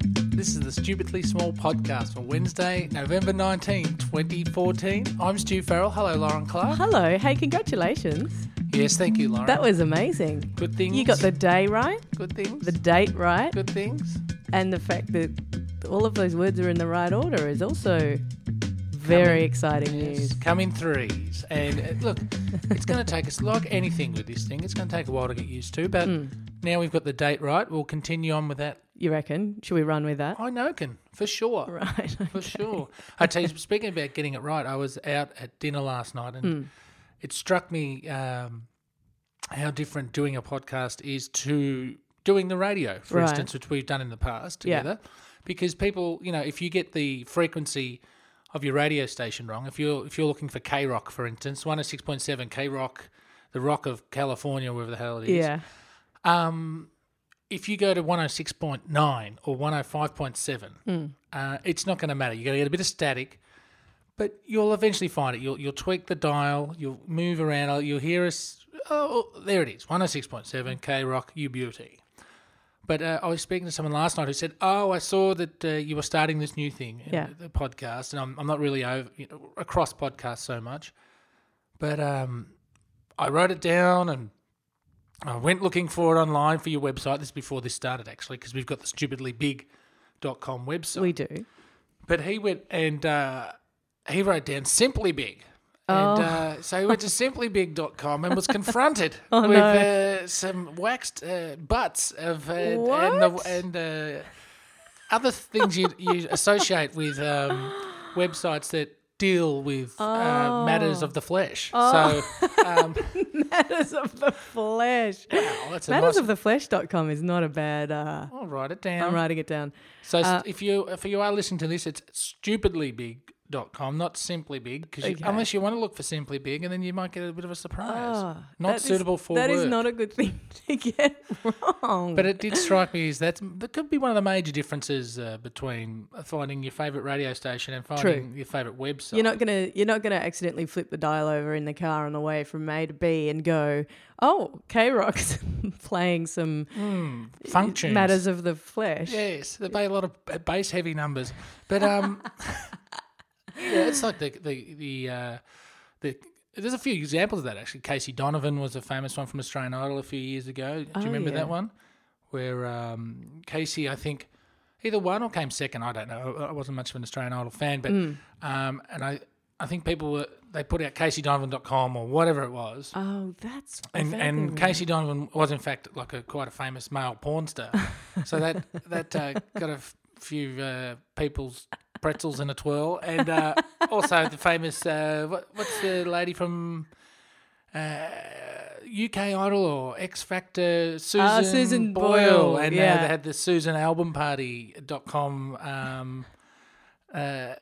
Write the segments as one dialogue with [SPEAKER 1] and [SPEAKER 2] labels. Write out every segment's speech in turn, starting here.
[SPEAKER 1] This is the Stupidly Small podcast for Wednesday, November 19, 2014. I'm Stu Farrell. Hello, Lauren Clark.
[SPEAKER 2] Hello. Hey, congratulations.
[SPEAKER 1] Yes, thank you, Lauren.
[SPEAKER 2] That was amazing.
[SPEAKER 1] good things.
[SPEAKER 2] You got the day right,
[SPEAKER 1] good things.
[SPEAKER 2] the date right,
[SPEAKER 1] good things.
[SPEAKER 2] and the fact that all of those words are in the right order is also very exciting
[SPEAKER 1] Yes,
[SPEAKER 2] news.
[SPEAKER 1] come in threes. And uh, look, it's going to take us, like anything with this thing, it's going to take a while to get used to. But
[SPEAKER 2] Hmm.
[SPEAKER 1] now we've got the date right. We'll continue on with that.
[SPEAKER 2] You reckon? Should we run with that?
[SPEAKER 1] I know, can for sure.
[SPEAKER 2] Right.
[SPEAKER 1] For sure. I tell you, speaking about getting it right, I was out at dinner last night and
[SPEAKER 2] Hmm.
[SPEAKER 1] it struck me um, how different doing a podcast is to doing the radio, for
[SPEAKER 2] Right.
[SPEAKER 1] instance, which we've done in the past
[SPEAKER 2] Yeah.
[SPEAKER 1] together. Because people, you know, if you get the frequency of your radio station wrong, if you're if you're looking for K Rock, for instance, one oh six point seven K Rock, the rock of California, wherever the hell it is.
[SPEAKER 2] Yeah.
[SPEAKER 1] Um, if you go to 106.9 or 105.7, uh, it's not going to matter. You're going to get a bit of static, but you'll eventually find it. You'll, you'll tweak the dial, you'll move around, uh, you'll hear us. Oh, there it is 106.7 K Rock, you beauty. But uh, I was speaking to someone last night who said, "Oh, I saw that uh, you were starting this new thing, in
[SPEAKER 2] Yeah.
[SPEAKER 1] the podcast, and I'm, I'm not really over, you know, across podcasts so much." But um, I wrote it down and I went looking for it online for your website. This is before this started, actually, because we've got the stupidlybig.com website.
[SPEAKER 2] We do.
[SPEAKER 1] but he went and uh, he wrote down Simply Big.
[SPEAKER 2] Oh.
[SPEAKER 1] And uh, so he went to simplybig.com and was confronted
[SPEAKER 2] Oh,
[SPEAKER 1] with uh, some waxed uh, butts of uh,
[SPEAKER 2] What?
[SPEAKER 1] and, the, and uh, other things you, you associate with um, websites that deal with
[SPEAKER 2] Oh.
[SPEAKER 1] uh, matters of the flesh. So um,
[SPEAKER 2] Matters of the Flesh.
[SPEAKER 1] oh, that's a nice,
[SPEAKER 2] Matters of the Flesh.com is not a bad. Uh,
[SPEAKER 1] I'll write it down.
[SPEAKER 2] I'm writing it down.
[SPEAKER 1] So
[SPEAKER 2] Uh,
[SPEAKER 1] s if you if you are listening to this, it's stupidlybig.com, not simply big, because
[SPEAKER 2] Okay.
[SPEAKER 1] unless you want to look for simply big, and then you might get a bit of a surprise.
[SPEAKER 2] Oh,
[SPEAKER 1] not
[SPEAKER 2] that is-
[SPEAKER 1] suitable for
[SPEAKER 2] That
[SPEAKER 1] work.
[SPEAKER 2] is not a good thing to get wrong.
[SPEAKER 1] but it did strike me as that's, that could be one of the major differences uh, between finding your favourite radio station and finding your favourite website.
[SPEAKER 2] You're not gonna you're not gonna accidentally flip the dial over in the car on the way from A to B and go, oh, K Rock's playing some
[SPEAKER 1] Hmm, functions
[SPEAKER 2] matters of the flesh.
[SPEAKER 1] Yes, they play a lot of bass heavy numbers, but um, yeah, it's like the the the uh, the. There's a few examples of that actually. Casey Donovan was a famous one from Australian Idol a few years ago. Do
[SPEAKER 2] Oh,
[SPEAKER 1] you remember
[SPEAKER 2] yeah.
[SPEAKER 1] that one? Where um, Casey, I think, either won or came second. I don't know. I wasn't much of an Australian Idol fan,
[SPEAKER 2] Mm.
[SPEAKER 1] but um, and I I think people were they put out CaseyDonovan.com or whatever it was,
[SPEAKER 2] Oh, that's
[SPEAKER 1] and
[SPEAKER 2] very
[SPEAKER 1] and
[SPEAKER 2] good.
[SPEAKER 1] Casey Donovan was in fact like a quite a famous male porn star, so that that uh, got a f- few uh, people's pretzels in a twirl, and uh, also the famous uh, what, what's the lady from uh, UK Idol or X Factor Susan,
[SPEAKER 2] Ah, Susan Boyle,
[SPEAKER 1] and uh,
[SPEAKER 2] yeah.
[SPEAKER 1] they had the SusanAlbumParty.com um, uh,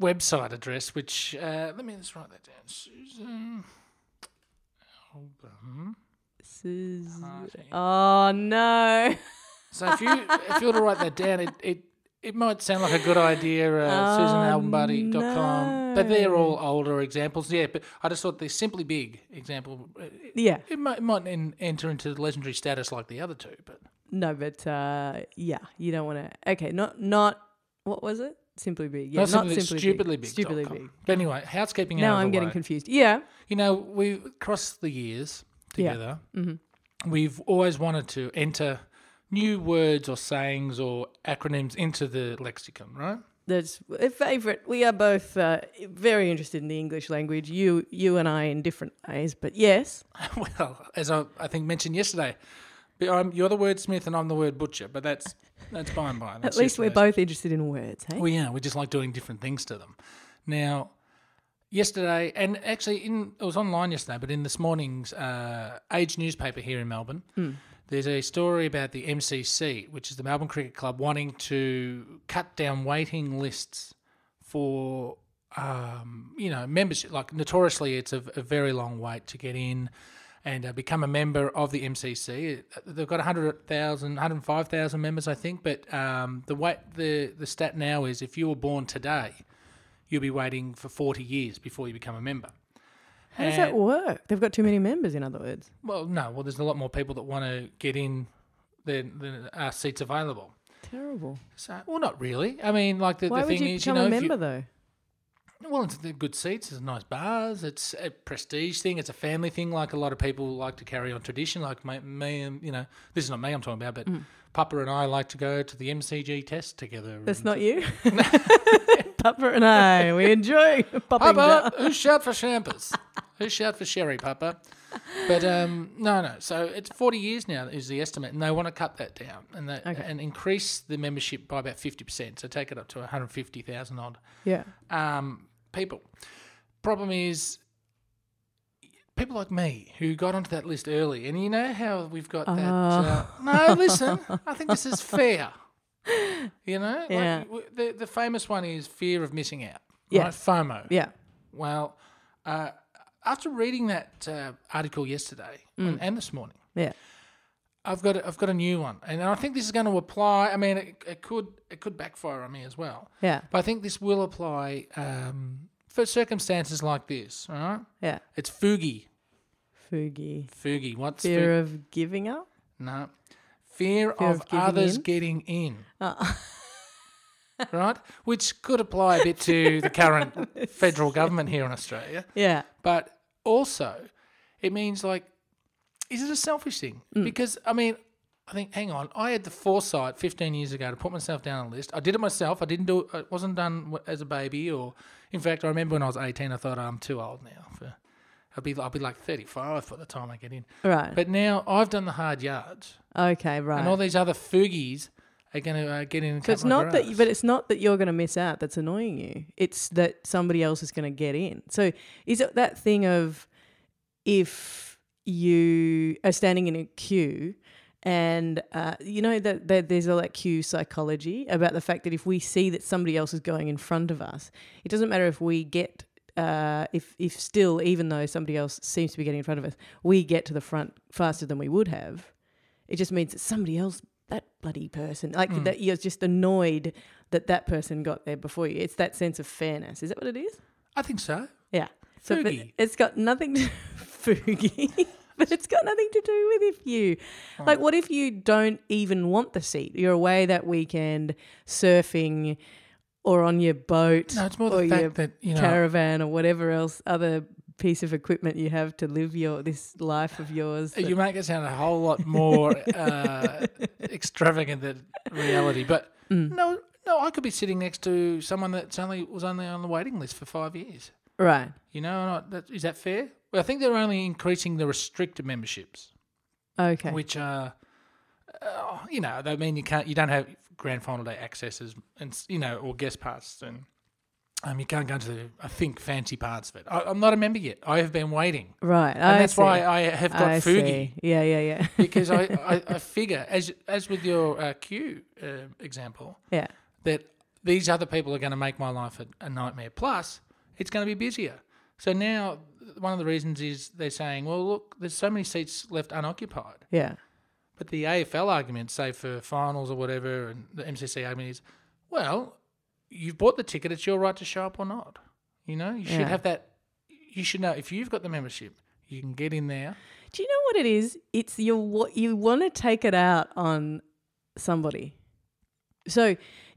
[SPEAKER 1] website address, which uh, let me just write that down, Susan. Album.
[SPEAKER 2] Sus-
[SPEAKER 1] Party.
[SPEAKER 2] Oh no.
[SPEAKER 1] So if you if you were to write that down, it it, it might sound like a good idea,
[SPEAKER 2] Oh,
[SPEAKER 1] uh, SusanAlbumBuddy.com. But they're all older examples, yeah. But I just thought the simply big example. uh, It,
[SPEAKER 2] Yeah.
[SPEAKER 1] it might, it might en- enter into legendary status like the other two, but
[SPEAKER 2] No, but uh, yeah, you don't wanna okay, not not what was it? Simply big. Yeah,
[SPEAKER 1] not,
[SPEAKER 2] not,
[SPEAKER 1] simply,
[SPEAKER 2] simply
[SPEAKER 1] stupidly
[SPEAKER 2] big.
[SPEAKER 1] big.
[SPEAKER 2] Stupidly
[SPEAKER 1] dot com.
[SPEAKER 2] big.
[SPEAKER 1] But anyway, housekeeping. out
[SPEAKER 2] Now
[SPEAKER 1] of
[SPEAKER 2] I'm
[SPEAKER 1] the
[SPEAKER 2] getting
[SPEAKER 1] way.
[SPEAKER 2] confused. Yeah.
[SPEAKER 1] You know, we across the years
[SPEAKER 2] Yeah. Mm-hmm.
[SPEAKER 1] together, we've always wanted to enter new words or sayings or acronyms into the lexicon, right?
[SPEAKER 2] That's a favorite. We are both uh, very interested in the English language. You, you and I, in different ways, but yes,
[SPEAKER 1] Well, as I, I think mentioned yesterday, but I'm, you're the wordsmith and I'm the word butcher, but that's that's by and by.
[SPEAKER 2] at
[SPEAKER 1] That's
[SPEAKER 2] least we're
[SPEAKER 1] yesterday's-
[SPEAKER 2] both interested in words. Hey,
[SPEAKER 1] Well, yeah, we just like doing different things to them. Now, yesterday, and actually, in it was online yesterday, but in this morning's uh, Age newspaper here in Melbourne, there's a story about the MCC, which is the Melbourne Cricket Club, wanting to cut down waiting lists for. Um, you know, membership. Like notoriously, it's a, a very long wait to get in and uh, become a member of the MCC. They've got 100,000, 105,000 members, I think, but um, the, wait, the, the stat now is if you were born today, you'll be waiting for 40 years before you become a member.
[SPEAKER 2] how does that
[SPEAKER 1] and-
[SPEAKER 2] work? They've got too many members, in other words.
[SPEAKER 1] Well, no, well, there's a lot more people that want to get in than, than are seats available.
[SPEAKER 2] Terrible.
[SPEAKER 1] So, well, not really. I mean, like the,
[SPEAKER 2] Why
[SPEAKER 1] the
[SPEAKER 2] would
[SPEAKER 1] thing
[SPEAKER 2] you
[SPEAKER 1] is, you
[SPEAKER 2] become
[SPEAKER 1] know,
[SPEAKER 2] a
[SPEAKER 1] if you-
[SPEAKER 2] member though?
[SPEAKER 1] Well, it's the good seats, it's nice bars, it's a prestige thing, it's a family thing. Like a lot of people like to carry on tradition, like my, me and you know, this is not me I'm talking about, but
[SPEAKER 2] Mm.
[SPEAKER 1] Papa and I like to go to the MCG test together.
[SPEAKER 2] That's
[SPEAKER 1] and-
[SPEAKER 2] not you. Papa and I, we enjoy popping
[SPEAKER 1] Papa, who shout for champers? who shout for sherry, Papa? But um, no, no. So it's 40 years now is the estimate, and they want to cut that down and that,
[SPEAKER 2] Okay.
[SPEAKER 1] and increase the membership by about 50%. So take it up to 150,000 odd.
[SPEAKER 2] Yeah.
[SPEAKER 1] um, people. Problem is, people like me who got onto that list early, and you know how we've got that.
[SPEAKER 2] Oh.
[SPEAKER 1] Uh, no, listen, I think this is fair. You know, Like,
[SPEAKER 2] Yeah.
[SPEAKER 1] w- the the famous one is fear of missing out. Right?
[SPEAKER 2] Yes.
[SPEAKER 1] FOMO.
[SPEAKER 2] Yeah.
[SPEAKER 1] Well, uh, after reading that uh, article yesterday and, and this morning.
[SPEAKER 2] Yeah.
[SPEAKER 1] I've got a, I've got a new one, and I think this is going to apply. I mean, it, it could it could backfire on me as well.
[SPEAKER 2] Yeah.
[SPEAKER 1] But I think this will apply um, for circumstances like this. All right,
[SPEAKER 2] Yeah.
[SPEAKER 1] it's fugi.
[SPEAKER 2] Fugi.
[SPEAKER 1] Fugi. What's
[SPEAKER 2] Fear
[SPEAKER 1] Fear
[SPEAKER 2] of giving up?
[SPEAKER 1] no fear, of,
[SPEAKER 2] of giving
[SPEAKER 1] others
[SPEAKER 2] in?
[SPEAKER 1] getting in. right, which could apply a bit to the current federal government here in Australia,
[SPEAKER 2] Yeah.
[SPEAKER 1] but also it means like, is it a selfish thing?
[SPEAKER 2] Mm.
[SPEAKER 1] Because I mean. I think, hang on, I had the foresight 15 years ago to put myself down on a list. I did it myself. I didn't do it, it wasn't done w- as a baby or, in fact, I remember when I was 18, I thought, "Oh, I'm too old now. For, I'll, be, I'll be like 35 by the time I get in.
[SPEAKER 2] Right.
[SPEAKER 1] But now I've done the hard yards,
[SPEAKER 2] okay, right.
[SPEAKER 1] and all these other foogies are going to uh, get in. And
[SPEAKER 2] so it's not that, but it's not that you're going to miss out. That's annoying you. It's that somebody else is going to get in. So is it that thing of if you are standing in a queue? And uh, you know that that there's all that queue psychology about the fact that if we see that somebody else is going in front of us, it doesn't matter if we get uh, if if still even though somebody else seems to be getting in front of us, we get to the front faster than we would have. It just means that somebody else, that bloody person, like
[SPEAKER 1] Hmm.
[SPEAKER 2] that you're just annoyed that that person got there before you. It's that sense of fairness. Is that what it is?
[SPEAKER 1] I think so.
[SPEAKER 2] Yeah. So but
[SPEAKER 1] Foogie.
[SPEAKER 2] it's got nothing to foogie. But it's got nothing to do with if you,
[SPEAKER 1] Hmm.
[SPEAKER 2] like, what if you don't even want the seat? You're away that weekend surfing, or on your boat,
[SPEAKER 1] No, it's more
[SPEAKER 2] or
[SPEAKER 1] the
[SPEAKER 2] your
[SPEAKER 1] fact that you know.
[SPEAKER 2] caravan, or whatever else other piece of equipment you have to live your this life of yours. that-
[SPEAKER 1] you make it sound a whole lot more uh, extravagant than reality, but no, no, I could be sitting next to someone that's only was only on the waiting list for five years.
[SPEAKER 2] right.
[SPEAKER 1] You know, and I- that, is that fair? Well, I think they're only increasing the restricted memberships,
[SPEAKER 2] Okay.
[SPEAKER 1] which are, uh, you know, they mean you can't, you don't have grand final day accesses, and s- you know, or guest passes, and um, you can't go into the, I think, fancy parts of it. I, I'm not a member yet. I have been waiting,
[SPEAKER 2] Right.
[SPEAKER 1] and that's why I have got Fugi.
[SPEAKER 2] Yeah, yeah, yeah.
[SPEAKER 1] because I, I, I figure as as with your uh, Q uh, example
[SPEAKER 2] yeah.
[SPEAKER 1] that these other people are going to make my life a, a nightmare. Plus, it's going to be busier. So now one of the reasons is they're saying, well, look, there's so many seats left unoccupied.
[SPEAKER 2] Yeah.
[SPEAKER 1] But the AFL argument, say for finals or whatever, and the MCC argument is, well, you've bought the ticket; it's your right to show up or not. You know, you should
[SPEAKER 2] Yeah.
[SPEAKER 1] have that. You should know if you've got the membership, you can get in there.
[SPEAKER 2] Do you know what it is? It's you. wa- You want to take it out on somebody. So,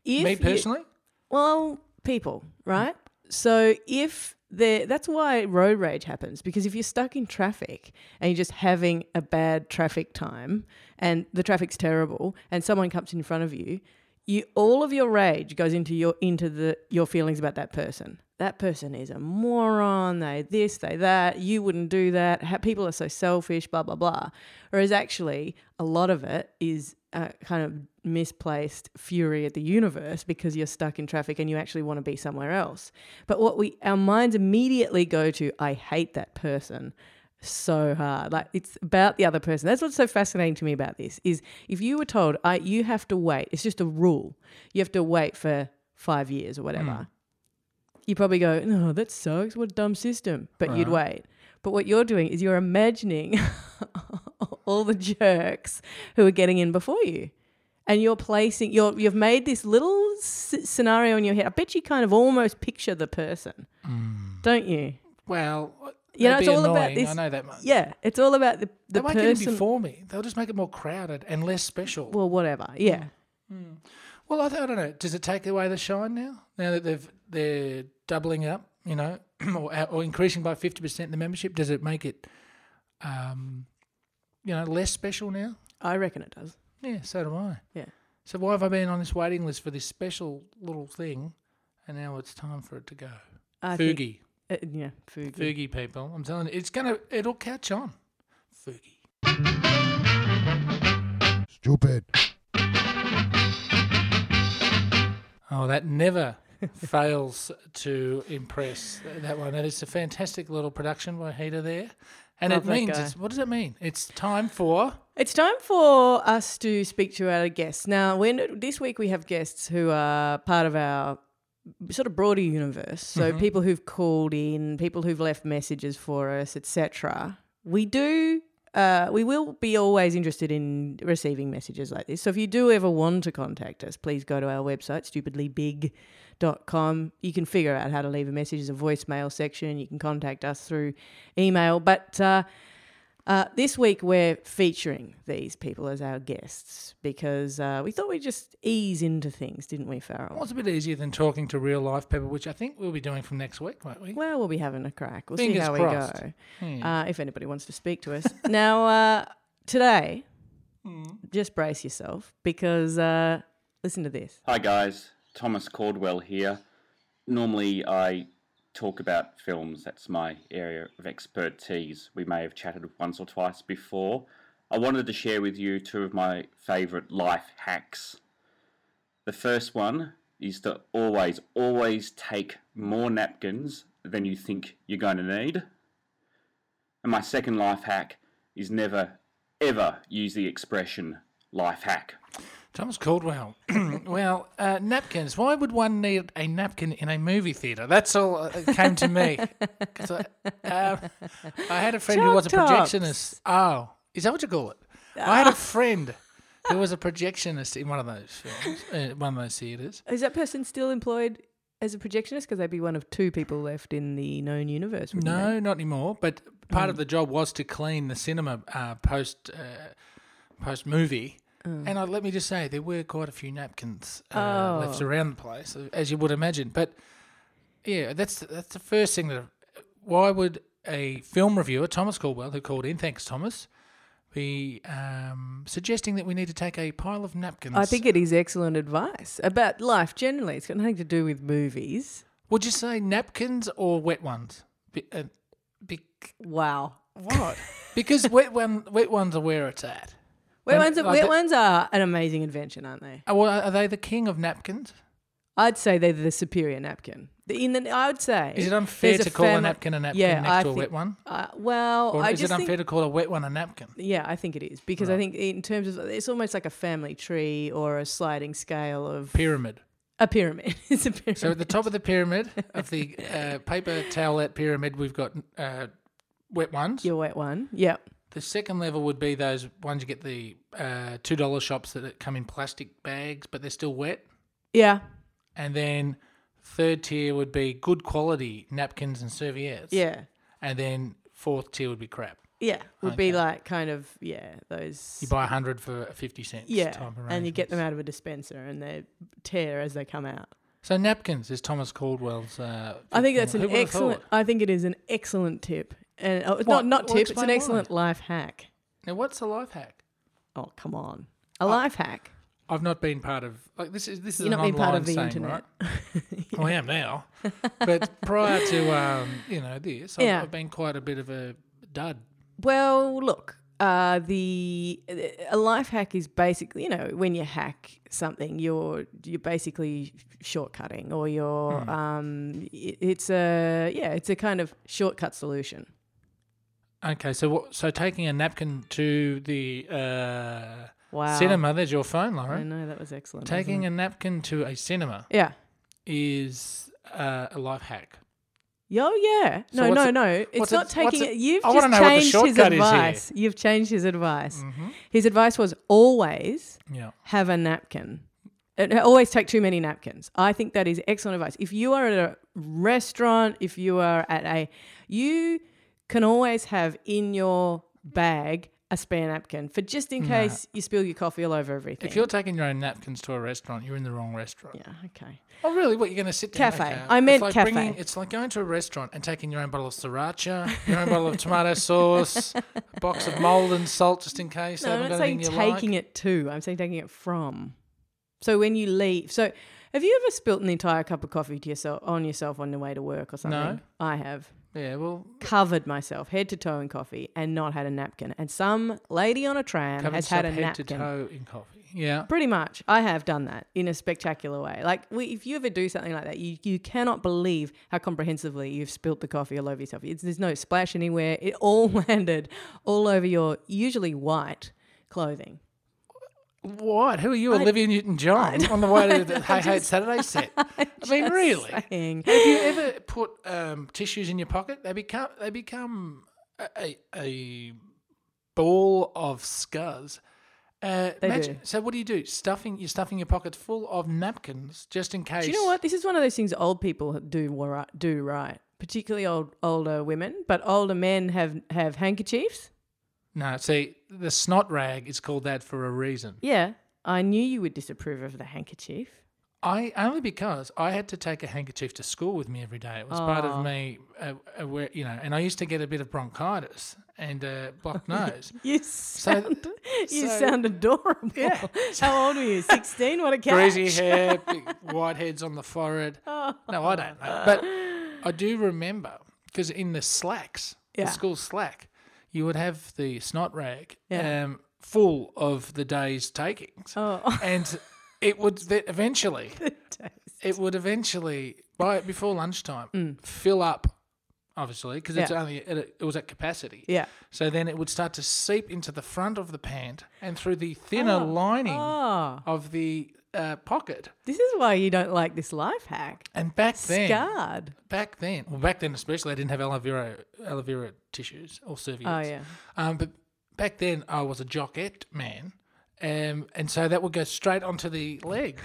[SPEAKER 2] if
[SPEAKER 1] Me
[SPEAKER 2] you-
[SPEAKER 1] personally,
[SPEAKER 2] well, people, right? So if there, that's why road rage happens because if you're stuck in traffic and you're just having a bad traffic time and the traffic's terrible and someone comes in front of you, you all of your rage goes into your into the your feelings about that person. That person is a moron. They this, they that. You wouldn't do that. Ha- People are so selfish. Blah blah blah. Whereas actually, a lot of it is uh, kind of misplaced fury at the universe because you're stuck in traffic and you actually want to be somewhere else. But what we our minds immediately go to, I hate that person so hard. Like it's about the other person. That's what's so fascinating to me about this is if you were told, I you have to wait. It's just a rule. You have to wait for five years or whatever.
[SPEAKER 1] Mm.
[SPEAKER 2] You probably go, no, that sucks. What a dumb system. But you'd wait. But what you're doing is you're imagining all the jerks who are getting in before you and you're placing you're you've made this little s- scenario in your head. I bet you kind of almost picture the person, don't you?
[SPEAKER 1] Well,
[SPEAKER 2] You know,
[SPEAKER 1] that'd
[SPEAKER 2] it's
[SPEAKER 1] be
[SPEAKER 2] all about
[SPEAKER 1] annoying,
[SPEAKER 2] this-
[SPEAKER 1] I know that much.
[SPEAKER 2] Yeah, it's all about the
[SPEAKER 1] they
[SPEAKER 2] the
[SPEAKER 1] won't get in
[SPEAKER 2] person.
[SPEAKER 1] before me. They'll just make it more crowded and less special. Hmm.
[SPEAKER 2] well, whatever. Yeah,
[SPEAKER 1] Well, I, th- I don't know. Does it take away the shine now? Now that they've they're doubling up, you know, or, uh, or increasing by fifty percent the membership, does it make it, um, you know, less special now?
[SPEAKER 2] I reckon it does.
[SPEAKER 1] Yeah, so do I.
[SPEAKER 2] Yeah.
[SPEAKER 1] So why have I been on this waiting list for this special little thing, and now it's time for it to go?
[SPEAKER 2] I think-
[SPEAKER 1] Foogie,
[SPEAKER 2] uh, yeah, Fugu.
[SPEAKER 1] Foogie people. I'm telling you, it's gonna, it'll catch on. Foogie.
[SPEAKER 3] Stupid.
[SPEAKER 1] Oh, that never fails to impress. th- That one. That is a fantastic little production by Heater there. And
[SPEAKER 2] Love
[SPEAKER 1] it
[SPEAKER 2] that
[SPEAKER 1] means,
[SPEAKER 2] guy.
[SPEAKER 1] it's, what does it mean? It's time for.
[SPEAKER 2] It's time for us to speak to our guests. Now, when this week we have guests who are part of our sort of broader universe, so people who've called in, people who've left messages for us, etc. We do. Uh, we will be always interested in receiving messages like this. So if you do ever want to contact us, please go to our website, stupidlybig.com. You can figure out how to leave a message. There's a voicemail section. You can contact us through email. But uh, uh, this week we're featuring these people as our guests because uh, we thought we'd just ease into things, didn't we,
[SPEAKER 1] Well,
[SPEAKER 2] Farrell?
[SPEAKER 1] it's a bit easier than talking to real life people, which I think we'll be doing from next week, won't we?
[SPEAKER 2] Well, we'll be having a crack. We'll see
[SPEAKER 1] Fingers
[SPEAKER 2] how
[SPEAKER 1] crossed.
[SPEAKER 2] we go.
[SPEAKER 1] Hmm.
[SPEAKER 2] Uh, if anybody wants to speak to us. now, uh, today,
[SPEAKER 1] Hmm.
[SPEAKER 2] just brace yourself because uh, listen to this.
[SPEAKER 4] Hi guys, Thomas Caldwell here. Normally I talk about films, that's my area of expertise. We may have chatted once or twice before. I wanted to share with you two of my favourite life hacks. The first one is to always, always take more napkins than you think you're going to need. And my second life hack is never, ever use the expression life hack.
[SPEAKER 1] Thomas Caldwell. well, uh, napkins. Why would one need a napkin in a movie theatre? That's all uh, that came to me. 'Cause I, uh, I had a friend who was a
[SPEAKER 2] Chalk tops.
[SPEAKER 1] projectionist. Oh, is that what you call it? I had a friend who was a projectionist in one of those films, uh, one of those theatres.
[SPEAKER 2] Is that person still employed as a projectionist? Because they'd be one of two people left in the known universe. wouldn't they?
[SPEAKER 1] No, not anymore. But part of the job was to clean the cinema uh, post uh, post movie. And I, let me just say, there were quite a few napkins uh, left around the place, uh, as you would imagine. But yeah, that's that's the first thing that. Why would a film reviewer, Thomas Caldwell, who called in, thanks Thomas, be um, suggesting that we need to take a pile of napkins?
[SPEAKER 2] I think it is excellent advice about life generally. It's got nothing to do with movies.
[SPEAKER 1] Would you say napkins or wet ones? Be, uh, be,
[SPEAKER 2] Wow.
[SPEAKER 1] what? because wet one, wet ones are where it's at.
[SPEAKER 2] Wet
[SPEAKER 1] When-
[SPEAKER 2] ones, are,
[SPEAKER 1] like
[SPEAKER 2] wet
[SPEAKER 1] the-
[SPEAKER 2] ones are an amazing invention, aren't they?
[SPEAKER 1] Oh, well, are they the king of napkins?
[SPEAKER 2] I'd say they're the superior napkin. The- In the, I would say.
[SPEAKER 1] Is it unfair
[SPEAKER 2] there's
[SPEAKER 1] to call a
[SPEAKER 2] fam-
[SPEAKER 1] napkin a napkin
[SPEAKER 2] Yeah,
[SPEAKER 1] next
[SPEAKER 2] I
[SPEAKER 1] to a
[SPEAKER 2] thi-
[SPEAKER 1] wet one?
[SPEAKER 2] Uh, well,
[SPEAKER 1] Or
[SPEAKER 2] I
[SPEAKER 1] is
[SPEAKER 2] just
[SPEAKER 1] it unfair
[SPEAKER 2] think,
[SPEAKER 1] to call a wet one a napkin?
[SPEAKER 2] yeah, I think it is because I think in terms of it's almost like a family tree or a sliding scale of
[SPEAKER 1] Pyramid.
[SPEAKER 2] a pyramid. it's a pyramid.
[SPEAKER 1] So at the top of the pyramid of the uh, paper towelette pyramid, we've got uh, wet ones.
[SPEAKER 2] your wet one, yeah,
[SPEAKER 1] The second level would be those ones you get the uh, two dollar shops that come in plastic bags, but they're still wet.
[SPEAKER 2] yeah,
[SPEAKER 1] And then third tier would be good quality napkins and serviettes.
[SPEAKER 2] yeah,
[SPEAKER 1] And then fourth tier would be crap.
[SPEAKER 2] yeah. Would be like kind of yeah those
[SPEAKER 1] You buy a hundred for fifty cents.
[SPEAKER 2] yeah,
[SPEAKER 1] type
[SPEAKER 2] and you get
[SPEAKER 1] arrangements.
[SPEAKER 2] them out of a dispenser and they tear as they come out.
[SPEAKER 1] So napkins is Thomas Caldwell's. Uh,
[SPEAKER 2] I think that's
[SPEAKER 1] Who
[SPEAKER 2] an
[SPEAKER 1] would've
[SPEAKER 2] excellent.
[SPEAKER 1] thought?
[SPEAKER 2] I think it is an excellent tip, and oh, it's
[SPEAKER 1] What?
[SPEAKER 2] not not
[SPEAKER 1] Well,
[SPEAKER 2] tip. It's an
[SPEAKER 1] explain
[SPEAKER 2] excellent life hack.
[SPEAKER 1] Now, what's a life hack?
[SPEAKER 2] Oh come on, a
[SPEAKER 1] Uh,
[SPEAKER 2] life hack.
[SPEAKER 1] I've not been part of like this is this is
[SPEAKER 2] You're
[SPEAKER 1] an
[SPEAKER 2] not being part
[SPEAKER 1] online
[SPEAKER 2] of the
[SPEAKER 1] saying,
[SPEAKER 2] internet.
[SPEAKER 1] right? Well, I am now, but prior to um, you know this, I've,
[SPEAKER 2] Yeah.
[SPEAKER 1] I've been quite a bit of a dud.
[SPEAKER 2] Well, look, uh, the a life hack is basically you know when you hack something, you're you're basically shortcutting or you're
[SPEAKER 1] Hmm.
[SPEAKER 2] um, it, it's a yeah, it's a kind of shortcut solution.
[SPEAKER 1] Okay, so what, so taking a napkin to the uh,
[SPEAKER 2] Wow,
[SPEAKER 1] cinema. There's your phone,
[SPEAKER 2] I
[SPEAKER 1] Lauren.
[SPEAKER 2] know that was excellent.
[SPEAKER 1] Taking
[SPEAKER 2] wasn't
[SPEAKER 1] a napkin to a cinema
[SPEAKER 2] it? yeah.
[SPEAKER 1] is uh, a life hack.
[SPEAKER 2] Oh yeah,
[SPEAKER 1] So
[SPEAKER 2] no,
[SPEAKER 1] what's
[SPEAKER 2] no,
[SPEAKER 1] it-
[SPEAKER 2] no. It's
[SPEAKER 1] what's it-
[SPEAKER 2] not taking
[SPEAKER 1] what's
[SPEAKER 2] it.
[SPEAKER 1] it-
[SPEAKER 2] You've
[SPEAKER 1] I wanna
[SPEAKER 2] just
[SPEAKER 1] know what the
[SPEAKER 2] changed his
[SPEAKER 1] shortcut is here. Mm-hmm.
[SPEAKER 2] advice. You've changed his advice. His advice was always
[SPEAKER 1] Yeah.
[SPEAKER 2] have a napkin. And always take too many napkins. I think that is excellent advice. If you are at a restaurant, if you are at a, you can always have in your bag a spare napkin for just in case you spill your coffee all over everything.
[SPEAKER 1] If you're taking your own napkins to a restaurant, you're in the wrong restaurant.
[SPEAKER 2] yeah, okay.
[SPEAKER 1] Oh, really? What, you're going to sit down?
[SPEAKER 2] Cafe.
[SPEAKER 1] Okay.
[SPEAKER 2] I meant
[SPEAKER 1] it's like
[SPEAKER 2] cafe.
[SPEAKER 1] Bringing, it's like going to a restaurant and taking your own bottle of sriracha, your own bottle of tomato sauce, a box of mold and salt just in case.
[SPEAKER 2] No,
[SPEAKER 1] they
[SPEAKER 2] I'm
[SPEAKER 1] haven't
[SPEAKER 2] not
[SPEAKER 1] got
[SPEAKER 2] saying
[SPEAKER 1] anything you
[SPEAKER 2] taking
[SPEAKER 1] like.
[SPEAKER 2] it to. I'm saying taking it from. So when you leave, so have you ever spilt an entire cup of coffee to yourself on yourself on the way to work or something?
[SPEAKER 1] No.
[SPEAKER 2] I have
[SPEAKER 1] Yeah, well,
[SPEAKER 2] covered myself head to toe in coffee and not had a napkin. And some lady on a tram
[SPEAKER 1] covered
[SPEAKER 2] has had a
[SPEAKER 1] yourself head
[SPEAKER 2] napkin.
[SPEAKER 1] to toe in coffee. Yeah.
[SPEAKER 2] Pretty much, I have done that in a spectacular way. Like, we, if you ever do something like that, you, you cannot believe how comprehensively you've spilt the coffee all over yourself. It's, there's no splash anywhere. It all landed all over your usually white clothing.
[SPEAKER 1] What? Who are you, Olivia Newton-John, on the way to the Hey Hate Saturday set? I mean, really?
[SPEAKER 2] Saying.
[SPEAKER 1] Have you ever put um, tissues in your pocket? They become they become a, a, a ball of scuzz. Uh,
[SPEAKER 2] They
[SPEAKER 1] imagine-
[SPEAKER 2] do.
[SPEAKER 1] So what do you do? Stuffing you're stuffing your pockets full of napkins just in case.
[SPEAKER 2] Do you know what? This is one of those things old people do wa- right, do right, particularly old older women, but older men have have handkerchiefs.
[SPEAKER 1] No, see the snot rag is called that for a reason.
[SPEAKER 2] Yeah, I knew you would disapprove of the handkerchief.
[SPEAKER 1] I only because I had to take a handkerchief to school with me every day. It was part of me, uh, uh, where, you know, and I used to get a bit of bronchitis and uh, blocked nose.
[SPEAKER 2] You
[SPEAKER 1] th-
[SPEAKER 2] sound you
[SPEAKER 1] so-
[SPEAKER 2] sound adorable.
[SPEAKER 1] Yeah.
[SPEAKER 2] How old are you? Sixteen. What a catch.
[SPEAKER 1] greasy hair, big white heads on the forehead.
[SPEAKER 2] Oh.
[SPEAKER 1] No, I don't know. But I do remember because in the slacks,
[SPEAKER 2] Yeah.
[SPEAKER 1] the school slack, you would have the snot rag
[SPEAKER 2] Yeah.
[SPEAKER 1] um, full of the day's takings.
[SPEAKER 2] Oh.
[SPEAKER 1] And it would th- eventually, it would eventually, by before lunchtime, fill up. Obviously, because it's
[SPEAKER 2] Mm. Yeah.
[SPEAKER 1] only at a, it was at capacity.
[SPEAKER 2] Yeah.
[SPEAKER 1] So then it would start to seep into the front of the pant and through the thinner lining
[SPEAKER 2] Oh,
[SPEAKER 1] of the uh, pocket.
[SPEAKER 2] this is why you don't like this life hack.
[SPEAKER 1] And back then,
[SPEAKER 2] Scarred.
[SPEAKER 1] back then, well, back then especially, I didn't have aloe vera, aloe vera tissues or serviettes.
[SPEAKER 2] Oh yeah.
[SPEAKER 1] Um, but back then, I was a jockette man, um, and so that would go straight onto the leg.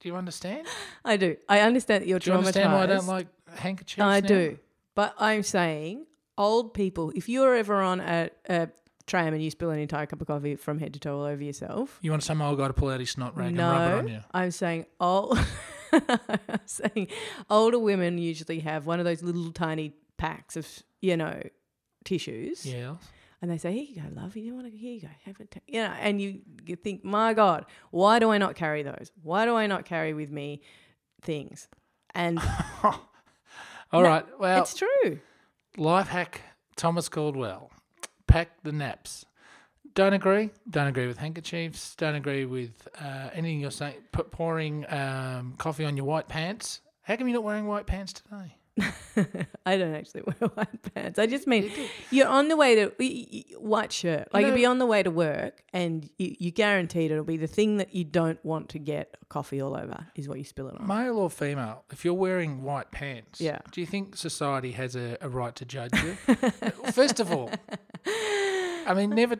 [SPEAKER 1] Do you understand?
[SPEAKER 2] I do. I understand that you're
[SPEAKER 1] Do you
[SPEAKER 2] traumatized.
[SPEAKER 1] understand why I don't like handkerchiefs?
[SPEAKER 2] I
[SPEAKER 1] now?
[SPEAKER 2] do. But I'm saying old people, if you're ever on a, a tram and you spill an entire cup of coffee from head to toe all over yourself,
[SPEAKER 1] You want some old guy to pull out his snot rag and rub it on
[SPEAKER 2] no,
[SPEAKER 1] you?
[SPEAKER 2] I'm saying old. I'm saying older women usually have one of those little tiny packs of you know tissues,
[SPEAKER 1] Yeah.
[SPEAKER 2] and they say, "Here you go, love. You want to? Here you go. Have it. ta-" You know." And you, you think, "My God, why do I not carry those? Why do I not carry with me things?" And
[SPEAKER 1] All right. Well,
[SPEAKER 2] it's true.
[SPEAKER 1] Life hack Thomas Caldwell. Pack the naps. Don't agree. Don't agree with handkerchiefs. Don't agree with uh, anything you're saying. P- pouring um, coffee on your white pants. How come you're not wearing white pants today?
[SPEAKER 2] I don't actually wear white pants. I just mean you're on the way to y- y- y- white shirt. Like you'll be on the way to work, and you, you guaranteed it'll be the thing that you don't want to get coffee all over is what you spill it on.
[SPEAKER 1] Male or female, if you're wearing white pants,
[SPEAKER 2] Yeah.
[SPEAKER 1] do you think society has a, a right to judge you? First of all, I mean, never.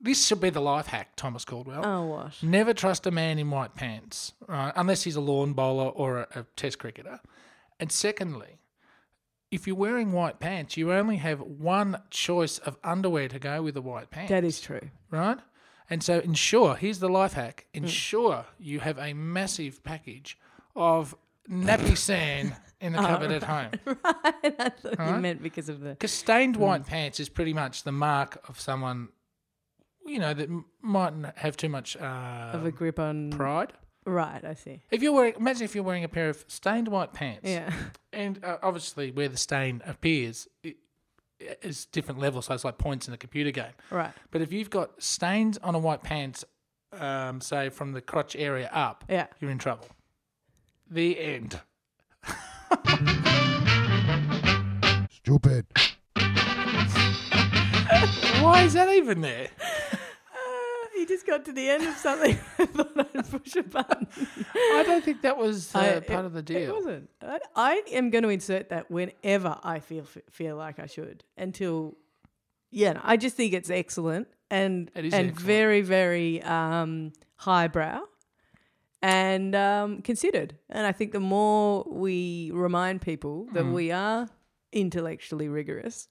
[SPEAKER 1] This should be the life hack, Thomas Caldwell.
[SPEAKER 2] Oh what?
[SPEAKER 1] Never trust a man in white pants, right? unless he's a lawn bowler or a, a test cricketer. And secondly, if you're wearing white pants, you only have one choice of underwear to go with the white pants,
[SPEAKER 2] That is true. Mm.
[SPEAKER 1] right? And so ensure, here's the life hack, ensure you have a massive package of nappy sand in the cupboard at home.
[SPEAKER 2] I thought you meant because of the.
[SPEAKER 1] Because stained
[SPEAKER 2] Mm.
[SPEAKER 1] white pants is pretty much the mark of someone, you know, that m- mightn't have too much
[SPEAKER 2] Of
[SPEAKER 1] uh,
[SPEAKER 2] a grip on
[SPEAKER 1] pride.
[SPEAKER 2] right, I see.
[SPEAKER 1] If you're wearing, imagine if you're wearing a pair of stained white pants,
[SPEAKER 2] Yeah,
[SPEAKER 1] and uh, obviously where the stain appears it, is different levels, so it's like points in a computer game.
[SPEAKER 2] right.
[SPEAKER 1] But if you've got stains on a white pants, um, say from the crotch area up,
[SPEAKER 2] Yeah.
[SPEAKER 1] you're in trouble. The end.
[SPEAKER 3] Stupid.
[SPEAKER 1] Why is that even there?
[SPEAKER 2] He Ah, just got to the end of something. I thought I'd push a button.
[SPEAKER 1] I don't think that was uh,
[SPEAKER 2] I-
[SPEAKER 1] part of the
[SPEAKER 2] It
[SPEAKER 1] deal.
[SPEAKER 2] wasn't. I, I am going to insert that whenever I feel feel like I should. Until, yeah, no, I just think it's excellent and
[SPEAKER 1] It is
[SPEAKER 2] and
[SPEAKER 1] excellent.
[SPEAKER 2] very very um, highbrow and um, considered. And I think the more
[SPEAKER 1] Mm.
[SPEAKER 2] we remind people that we are intellectually rigorous,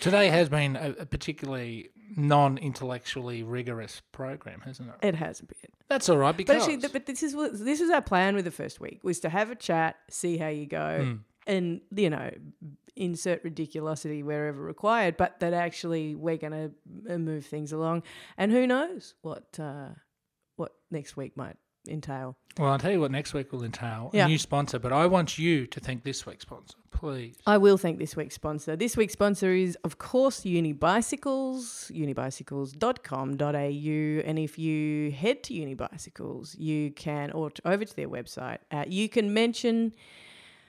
[SPEAKER 1] Today has been a, a particularly non-intellectually rigorous program, hasn't it?
[SPEAKER 2] It has a bit.
[SPEAKER 1] That's all right
[SPEAKER 2] But
[SPEAKER 1] because
[SPEAKER 2] actually, th- but this is what- this is our plan with the first week was to have a chat, see how you go, and you know, insert ridiculosity wherever required. But that actually we're going to move things along, and who knows what uh, what next week might entail.
[SPEAKER 1] well, I'll tell you what next week will entail.
[SPEAKER 2] Yeah.
[SPEAKER 1] A new sponsor, but I want you to thank this week's sponsor, please.
[SPEAKER 2] I will thank this week's sponsor. This week's sponsor is, of course, Unibicycles, unibicycles.com.au. And if you head to Unibicycles, you can, or t- over to their website, uh, you can mention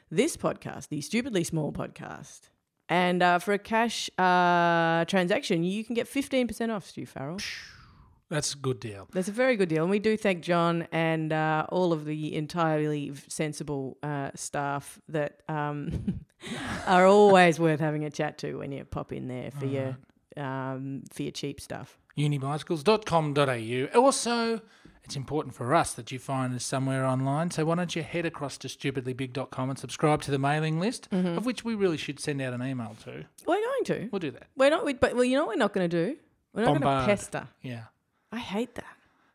[SPEAKER 2] this podcast, the Stupidly Small podcast. And uh, for a cash uh, transaction, you can get 15% off, Stu Farrell.
[SPEAKER 1] That's a good deal.
[SPEAKER 2] That's a very good deal. And we do thank John and uh, all of the entirely sensible uh, staff that um, are always worth having a chat to when you pop in there for your um, for your cheap stuff.
[SPEAKER 1] unibicycles.com.au. Also, it's important for us that you find us somewhere online. So why don't you head across to stupidlybig.com and subscribe to the mailing list,
[SPEAKER 2] Mm-hmm.
[SPEAKER 1] of which we really should send out an email to.
[SPEAKER 2] We're going to.
[SPEAKER 1] We'll do that.
[SPEAKER 2] We're not. We, but well, you know what we're not going to do. We're not going to
[SPEAKER 1] Bombard.
[SPEAKER 2] pester.
[SPEAKER 1] Yeah.
[SPEAKER 2] I hate that.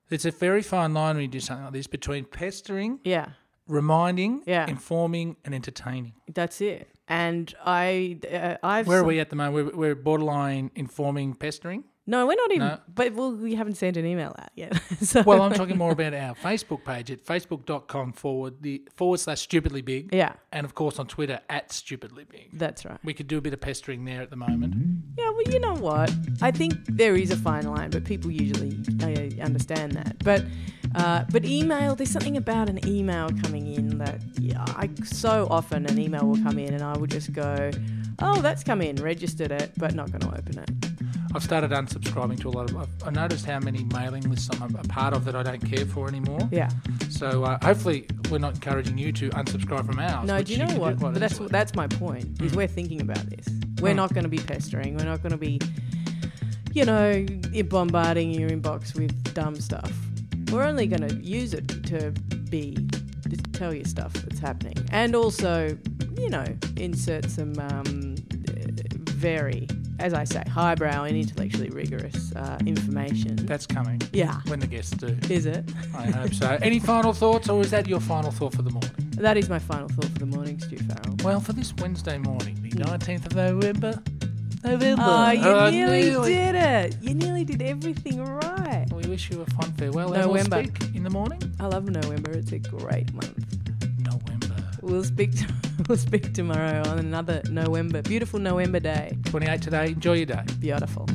[SPEAKER 1] It's a very fine line when you do something like this between pestering,
[SPEAKER 2] Yeah,
[SPEAKER 1] reminding,
[SPEAKER 2] Yeah.
[SPEAKER 1] informing, and entertaining.
[SPEAKER 2] that's it. And I, uh, I've.
[SPEAKER 1] Where are we at the moment? We're, we're borderline informing, pestering.
[SPEAKER 2] No, we're not even.
[SPEAKER 1] No.
[SPEAKER 2] But well, we haven't sent an email out yet. so,
[SPEAKER 1] Well, I'm talking more about our Facebook page at facebook.com forward the forward slash stupidly big,
[SPEAKER 2] yeah,
[SPEAKER 1] and of course on Twitter at stupidly big.
[SPEAKER 2] that's right.
[SPEAKER 1] We could do a bit of pestering there at the moment.
[SPEAKER 2] Yeah, well, you know what? I think there is a fine line, but people usually uh, understand that. But uh, but email, there's something about an email coming in that yeah, I so often an email will come in and I will just go, oh, that's come in, registered it, but not going to open it.
[SPEAKER 1] I've started unsubscribing to a lot of. I've, I noticed how many mailing lists I'm a, a part of that I don't care for anymore.
[SPEAKER 2] Yeah.
[SPEAKER 1] So uh, hopefully we're not encouraging you to unsubscribe from ours.
[SPEAKER 2] No,
[SPEAKER 1] which
[SPEAKER 2] do Mm. you know
[SPEAKER 1] can
[SPEAKER 2] what?
[SPEAKER 1] quite
[SPEAKER 2] But that's
[SPEAKER 1] easily.
[SPEAKER 2] that's my point. Is we're thinking about this. We're
[SPEAKER 1] Mm.
[SPEAKER 2] not going to be pestering. We're not going to be, you know, bombarding your inbox with dumb stuff. We're only going to use it to be to tell you stuff that's happening, and also, you know, insert some um, very, as I say, highbrow and intellectually rigorous uh, information.
[SPEAKER 1] that's coming
[SPEAKER 2] yeah,
[SPEAKER 1] when the guests do.
[SPEAKER 2] is it?
[SPEAKER 1] I hope so. Any final thoughts, or is that your final thought for the morning?
[SPEAKER 2] That is my final thought for the morning, Stu Farrell.
[SPEAKER 1] Well, for this Wednesday morning, the 19th of November. November. uh,
[SPEAKER 2] Oh, you
[SPEAKER 1] I
[SPEAKER 2] nearly,
[SPEAKER 1] nearly-
[SPEAKER 2] did it. You nearly did everything right.
[SPEAKER 1] We wish you a fond farewell. and we'll
[SPEAKER 2] November.
[SPEAKER 1] speak in the morning.
[SPEAKER 2] I love November. It's a great month.
[SPEAKER 1] November.
[SPEAKER 2] We'll speak to, we'll speak tomorrow on another November. Beautiful November day.
[SPEAKER 1] 28 today. Enjoy your day.
[SPEAKER 2] Beautiful.